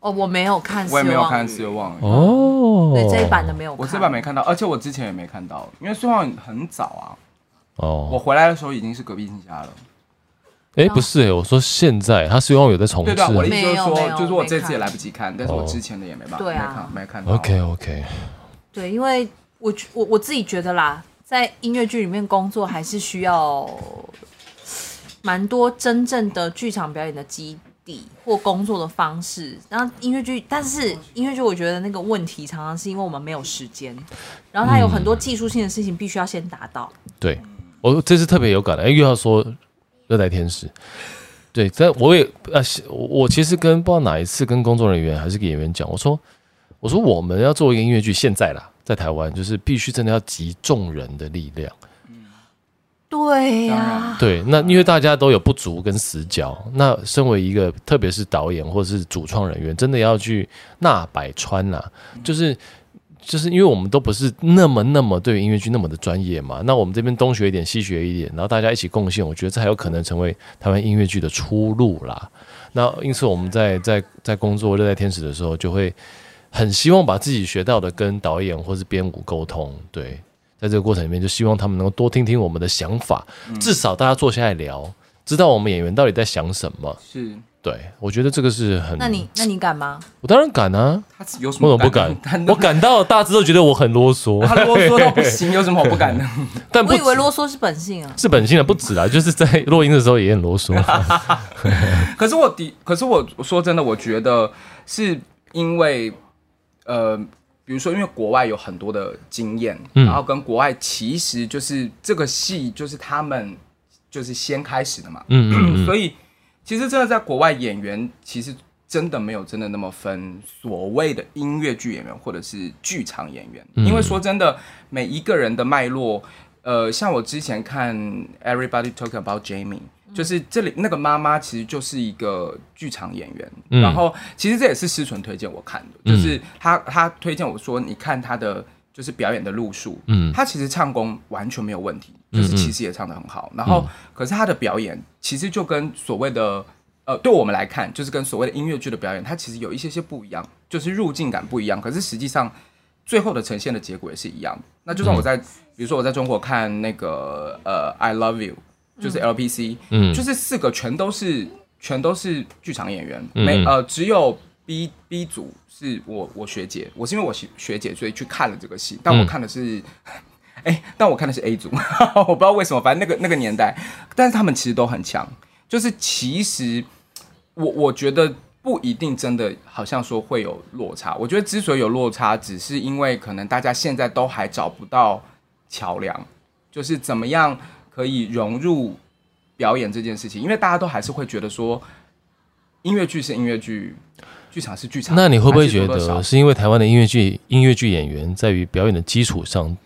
哦，我没有看，
我也没有看《四
失
月
望。
望雨》
哦，
对这一版的没有
我
看，
这版没看到，而且我之前也没看到，因为虽然很早啊，我
哦，
回来的时候已经是隔壁新家了。
哎，不是哎，我说现在他《四月望雨》有在重
对
置
对啊，我的意
没
思就是
有没
说，
有
就是我
没
这次也
看
来不及看，但是
哦
我之前的也没办法，
对啊
没看没看到。
OK OK，
对，因为我觉我我自己觉得啦，在音乐剧里面工作还是需要蛮多真正的剧场表演的基地或工作的方式。然后音乐剧，但是音乐剧我觉得那个问题常常是因为我们没有时间，然后它有很多技术性的事情必须要先达到。
对我这次特别有感了，哎，又要说《热带天使》。对，但我也呃，我我其实跟不知道哪一次跟工作人员还是给演员讲，我说我说我们要做一个音乐剧，现在啦，在台湾就是必须真的要集众人的力量。
对啊呀、
当然
对，那因为大家都有不足跟死角，那身为一个特别是导演或者是主创人员，真的要去纳百川啦、就是。就是因为我们都不是那么那么对于音乐剧那么的专业嘛，那我们这边东学一点西学一点，然后大家一起贡献，我觉得这还有可能成为台湾音乐剧的出路啦。那因此我们在在在工作《热带天使》的时候，就会很希望把自己学到的跟导演或是编舞沟通，对，在这个过程里面，就希望他们能够多听听我们的想法，至少大家坐下来聊，知道我们演员到底在想什么。
是
对，我觉得这个是很……
那
嗯
你那你敢吗？
我当然敢啊，
他有什
我
么
怎么不
敢
敢
的？ 他？
我感到大家都觉得我很 啰嗦，
他啰嗦到不 行，有什么好不敢的？
但不
我以为
止
啰嗦是本性啊。
是本性的，不止啦，就是在录音的时候也很啰嗦。 啊
可是我的，可是我我说真的，我觉得是因为，呃，比如说，因为国外有很多的经验，
嗯
然后跟国外其实就是这个戏就是他们就是先开始的嘛，
嗯嗯嗯，
所以其实真的在国外演员其实真的没有真的那么分所谓的音乐剧演员或者是剧场演员，
嗯
因为说真的，每一个人的脉络，呃，像我之前看《Everybody Talk About Jamie》，就是这里那个妈妈其实就是一个剧场演员，
嗯
然后其实这也是思纯推荐我看的，就是他他推荐我说，你看他的就是表演的路数，
嗯
他其实唱功完全没有问题，就是其实也唱得很好。然
嗯
后，可是他的表演其实就跟所谓的呃，对我们来看，就是跟所谓的音乐剧的表演，它其实有一些些不一样，就是入境感不一样。可是实际上，最后的呈现的结果也是一样的。那就算我在，比如说我在中国看那个呃《I Love You》，就是 LPC，、
嗯
就是四个全都是全都是剧场演员，
嗯
没呃只有 B B 组是我我学姐，我是因为我学学姐所以去看了这个戏，但我
嗯
看的是。哎、但我看的是 A 组，我不知道为什么，反正那个那个年代，但是他们其实都很强。就是其实我我觉得不一定真的好像说会有落差。我觉得之所以有落差，只是因为可能大家现在都还找不到桥梁，就是怎么样可以融入表演这件事情，因为大家都还是会觉得说，音乐剧是音乐剧，剧场是剧场。
那你会不会
还
觉
是多多
得
少
是因为台湾的音乐剧音乐剧演员在于表演的基础上，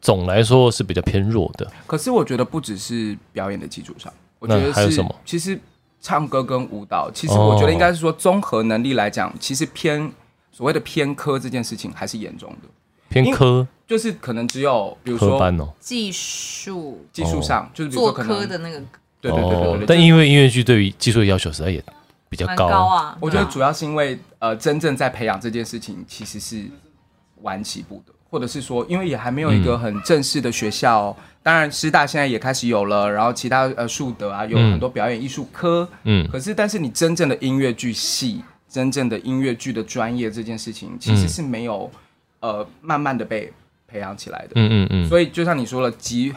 总来说是比较偏弱的？
可是我觉得不只是表演的基础上，我觉
那
得是
还有什么
其实唱歌跟舞蹈，其实
哦
我觉得应该是说综合能力来讲，其实偏所谓的偏科这件事情还是严重的，
偏科
就是可能只有比如
科
说
班哦，
技术
技术上，就是比如
做
说可
科
能
的那个
对对对对
哦
对对，就
但
是
因为音乐剧对于技术的要求实在也比较
蛮
高，
高啊，
我觉得
对啊
主要是因为呃，真正在培养这件事情其实是晚起步的，或者是说，因为也还没有一个很正式的学校、当然，师大现在也开始有了，然后其他呃树德啊，有
嗯
很多表演艺术科。
嗯
可是，但是你真正的音乐剧系，真正的音乐剧的专业这件事情，其实是没有、呃慢慢的被培养起来的。
嗯嗯嗯，
所以就像你说了，集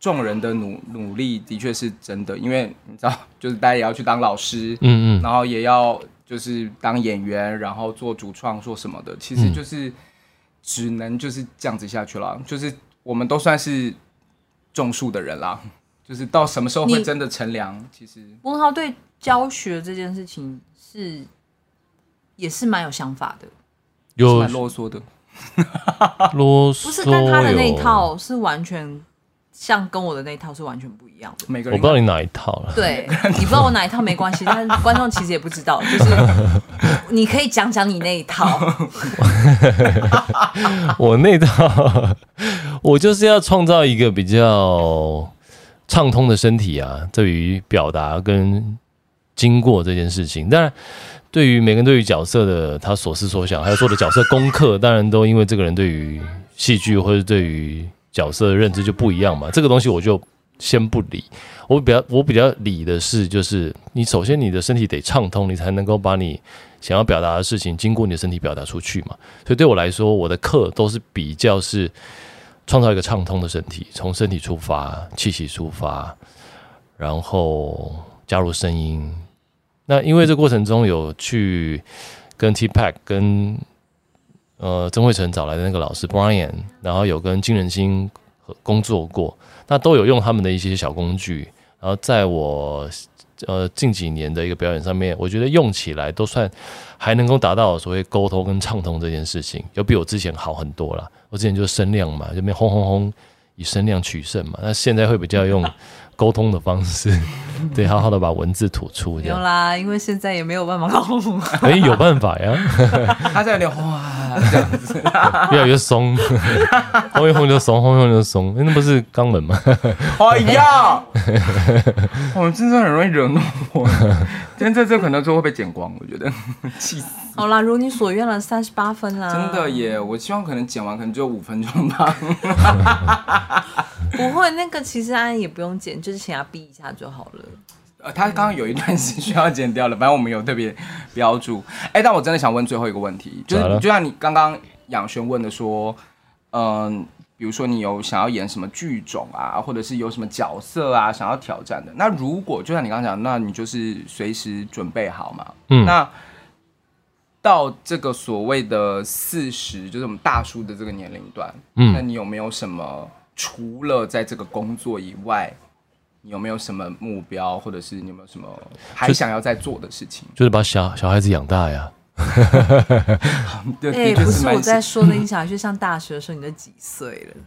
众人的努努力的确是真的，因为你知道，就是大家也要去当老师，
嗯嗯
然后也要就是当演员，然后做主创，做什么的，其
嗯
实就是只能就是这样子下去了。就是我们都算是种树的人啦，就是到什么时候会
你
真的乘凉，其实
文豪对教学这件事情是也是蛮有想法的，
是
有
蛮啰嗦的。
啰嗦，
不是，但他的那一，套是完全像跟我的那一套是完全不一样的。
每个
我
人
不知道你哪一套了。
对，你不知道我哪一套没 关系，但是观众其实也不知道，就是你可以讲讲你那一 套，
我那套， 我就是要创造一个比较畅通的身体啊，对于表达跟经过这件事情。当然，对于每个人对于角色的他所思所想，还有做的角色功课，当然都因为这个人对于戏剧或者对于角色的认知就不一样嘛。这个东西我就先不理。我比较我比较理的是，就是你首先你的身体得畅通，你才能够把你想要表达的事情经过你的身体表达出去嘛。所以对我来说，我的课都是比较是创造一个畅通的身体，从身体出发，气息出发，然后加入声音。那因为这过程中有去跟 T Pack 跟呃曾慧成找来的那个老师 Brian，然后有跟金仁心合工作过，那都有用他们的一些小工具，然后在我呃近几年的一个表演上面，我觉得用起来都算还能够达到所谓沟通跟畅通这件事情，要比我之前好很多了。我之前就是声量嘛，这边轰轰轰，以声量取胜嘛。那现在会比较用沟通的方式，对，好好的把文字吐出
没
这
有
样。
啦，因为现在也没有办法告 诉我。
哎、有办法呀，
他在有点哇这样子，
越来越松， 轰一轰就松，轰一轰就松，哎那不是肛门吗？
哎呀，我们真的很容易惹怒我。今天在这可能就会被剪光，我觉得气死。
好啦，如你所愿了，三十八分啦，
真的耶，我希望可能剪完可能就五分钟吧。
不会。那个其实安也不用剪，就是请他逼一下就好了。
呃，他刚刚有一段是需要剪掉的，反正我们有特别标注。 哎、但我真的想问最后一个问题，就是
咋了
就像你刚刚养轩问的说，嗯、比如说你有想要演什么剧种啊，或者是有什么角色啊想要挑战的，那如果就像你刚刚讲，那你就是随时准备好嘛。
嗯
那到这个所谓的四十，就是我们大叔的这个年龄段，那
嗯，
你有没有什么除了在这个工作以外，你有没有什么目标，或者是你有没有什么还想要再做的事情？
就是把小小孩子养大呀。
对，
哎、
的确
不
是
是
蛮嗯
我在说的，你想去上大学的时候，你都几岁了？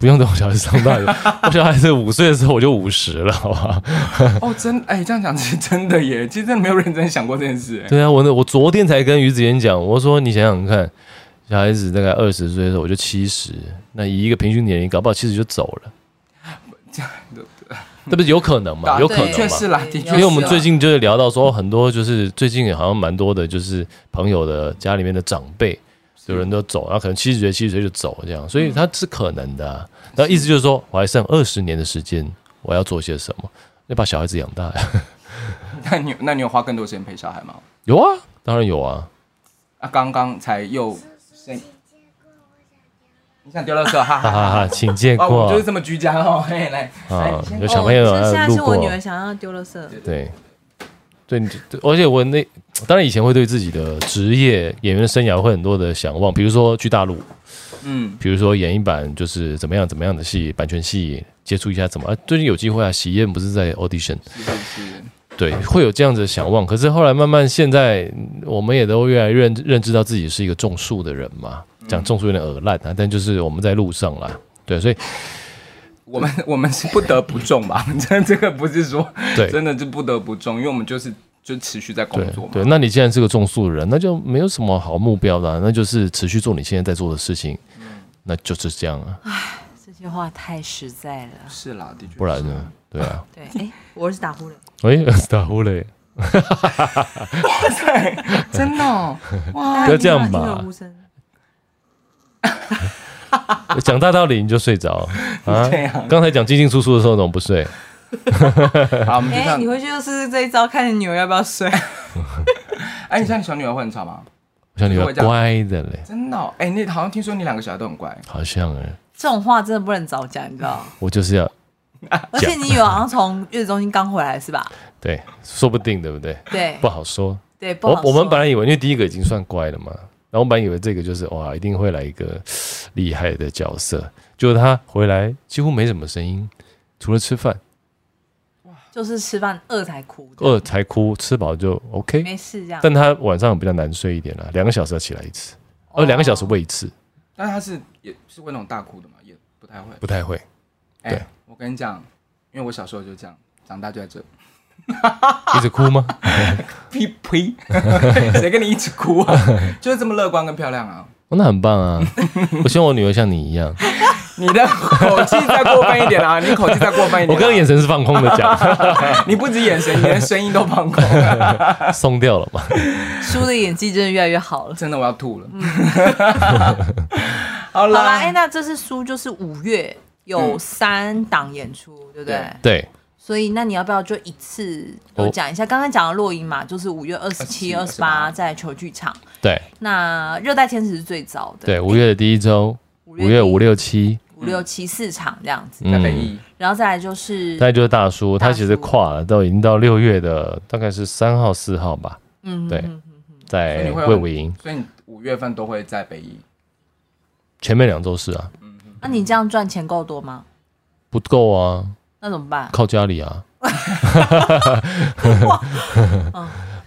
不用等我小孩子上大学，我小孩子五岁的时候我就五十了，好吧？
哦，真哎、这样讲是真的耶，其实真的没有认真想过这件事。哎
对啊，我那我昨天才跟于子妍讲，我说你想想看，小孩子大概二十岁的时候我就七十，那以一个平均年龄，搞不好七十就走了，
这样的
这不是有可能吗？
对
有可
的确
能吗？
是啦，
对
的确
因
是啊
因为我们最
啦
近就是聊到说，很多就是最近好像蛮多的，就是朋友的家里面的长辈，有人都走，然后可能七十岁、七十岁就走这样，所以他是可能的、啊。那意思就是说，我还剩二十年的时间，我要做些什么？要把小孩子养大呀？
那你有那你有花更多时间陪小孩吗？
有啊， 当然有啊。
啊，刚刚才又声，你想丢垃圾，哈
哈
哈。
哈哈，请见
啊，我们
过
就是这么居家哦，嘿，来，来，
啊
你，先
有 小朋友
哦、现
要
在
路
是我女
过，
儿想要丢了色，
对，对，你就而且我那当然以前会对自己的职业演员的生涯会很多的想望，比如说去大陆，
嗯，
比如说演一版就是怎么样怎么样的戏，版权戏，接触一下怎么、啊。最近有机会啊，喜宴不是在 audition，
是是是，
对，会有这样子的想望。可是后来慢慢，现在嗯我们也都越来越认认知到自己是一个种树的人嘛。讲种树有点耳烂啊，但就是我们在路上啦。对，所以
我们我们是不得不种吧， 这这个不是说
对
真的就不得不种，因为我们就是就持续在工
对
作嘛，
对，那你既然是个种树的人，那就没有什么好目标啦，那就是持续做你现在在做的事情，
嗯
那就是这样啊，
这句话太实在了。
是啦，的确是，
不然呢？对啊，
对，哎、我儿子打呼了，
哎，打呼嘞，
真的哦，哇，
不要这样
大家哎听到这
吧
个呼，声
讲大道理你就睡着 啊
这样？
刚才讲进进出出的时候怎么不睡？
好，我们就
哎、
这样
你，回去就试试这一招，看你女儿要不要睡。
哎，你像你小女儿会很吵吗？
我像你
我
蛮
讲
乖的嘞，
真的哦，哎，你好像听说你两个小孩都很乖，
好像哎，
这种话真的不能早讲，你知道？
我就是要
而且你女儿好像从月子中心刚回来是吧？
对，说不定对不对？
对
不好说。
对，不
我
好
我们
说
本来以为，因为第一个已经算乖了嘛，然后我们本来以为这个就是哇，一定会来一个厉害的角色，结果他回来几乎没什么声音，除了吃饭，
就是吃饭饿才哭的，
饿才哭，吃饱就 OK。
没事这样。
但他晚上比较难睡一点啦，两个小时要起来一次，
哦
呃，两个小时喂一次，
但是她是也是会那种大哭的嘛，也不太会。
不太会。
哎、
对
我跟你讲，因为我小时候就这样，长大就在这
一直哭吗？
呸呸， 谁跟你一起哭啊？ 就是这么乐观跟漂亮啊！
哦那很 棒啊！我希望我女儿像你一样。
你的口气再过分一点 啊！你口气再过分一点、
我刚刚眼，神是放空的 讲，
你不止眼神，你连声音都放空。
松掉了嘛。
叔的演技真的越来越好了。
真的，我要吐 了。好
好啦，
啦，
哎、那这次叔就是五月有三档演出，对不对
对？
嗯对，哦
所以那你要不要就一次都讲一下？刚刚讲的落音嘛，就是五月二十七、二十八
28
在球剧场。
对
那热带天使是最早的，
对，五月的第一周，
五
五月
第一
五、六、七，
五六七四场这样子，
在北
嗯，
一，
然后再来就是
大概就是大叔，
大
他
叔
其实跨了，都已经到六月的大概是三号、四号吧，
嗯，
对
嗯嗯
所以
在
你会有
哎魏武营
所以你五月份都会在北一。
前面两周是啊，
那你这样赚钱够多吗？
不够啊，
那怎么办？
靠家里啊。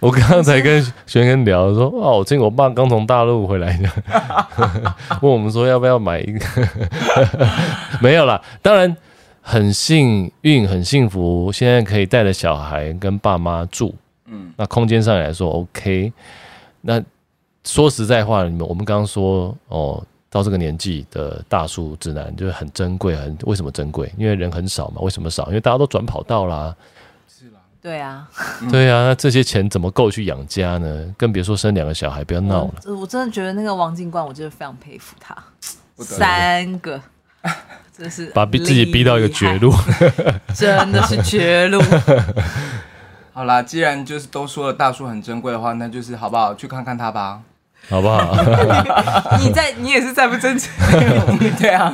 我刚刚才跟璇跟聊说，哇，我最近我爸刚从大陆回来的， 问我们说要不要买一个， 没有啦，当然很幸运，很幸福，现在可以带着小孩跟爸妈住，
嗯，
那空间上来说 OK。那说实在话，你们我们刚刚说哦，到这个年纪的大叔直男就是很珍贵，很为什么珍贵？因为人很少嘛。为什么少？因为大家都转跑道啦。
是啦，
对啊，
对啊，那这些钱怎么够去养家呢？更别说生两个小孩，不要闹了。
我我真的觉得那个王静冠，我真的非常佩服他，
不得了。
三 个，真是
把逼自己逼到一个绝路，
厉害，真的是绝路。
好啦，既然就是都说了大叔很珍贵的话，那就是好不好去看看他吧？
好不好？
你在你也是在不正经，
对啊，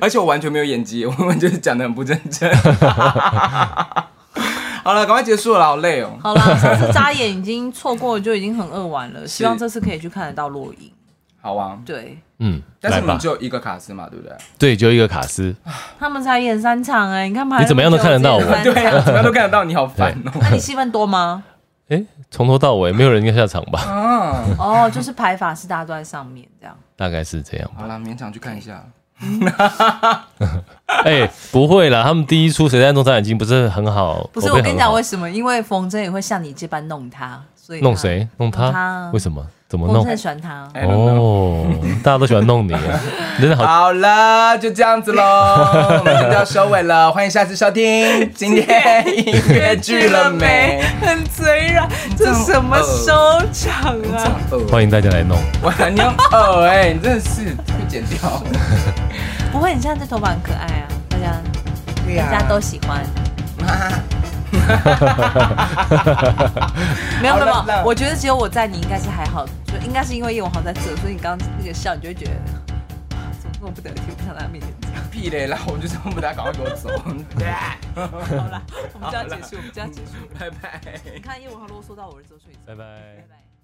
而且我完全没有演技，我们就是讲的很不认真。好了，赶快结束了，好累哦。
好啦，上次扎眼已经错过，就已经很扼腕了。希望这次可以去看得到落影。
好啊，
对
嗯，
但是
来
我们
吧，
只有一个卡司嘛，对不对？
对，就一个卡斯，
他们才演三场哎、你看排
你怎么样都看得到我
那么久只
对
演三
啊，
场
怎么样都看得到，你好烦哦。
那你戏份多吗？
诶，从头到尾没有人要下场吧？
啊，
哦，就是排法是大家都在上面这样。
大概是这样吧。
好啦，勉强去看一下。
哎、不会啦，他们第一出《谁在弄脏眼睛》不是很好，
不是，
口碑
我跟你
很
讲
好
为什么？因为冯真也会像你这般弄他，所以他
弄？谁弄他？
弄他啊
为什么？怎么
冯真
弄？
很喜欢他。
I don't know
哦， 大家都喜欢弄 你啊，你真的好。
好了，就这样子 喽，我们就要收尾了。欢迎下次收听今天音乐剧了没？？
很嘴软，这什么收 场啊？
呃，
欢迎大家来弄，
哇，你很恶哎、你真的是会剪掉。
不会，你现在这头发很可爱啊，大家
对啊
大家都喜欢。没有没有
好
没
了
有，我觉得只有我在，你应该是还好，就应该是因为叶文豪在这，所以你刚刚那个笑，你就会觉得啊怎么这么不得体，不想在他面前讲。
屁嘞啦！我就这么大，赶快给我 走，
好啦，我们就要结束，我们就要结束。
拜拜。
你看叶文豪啰嗦到我儿子都睡着，
拜
拜
拜。
拜。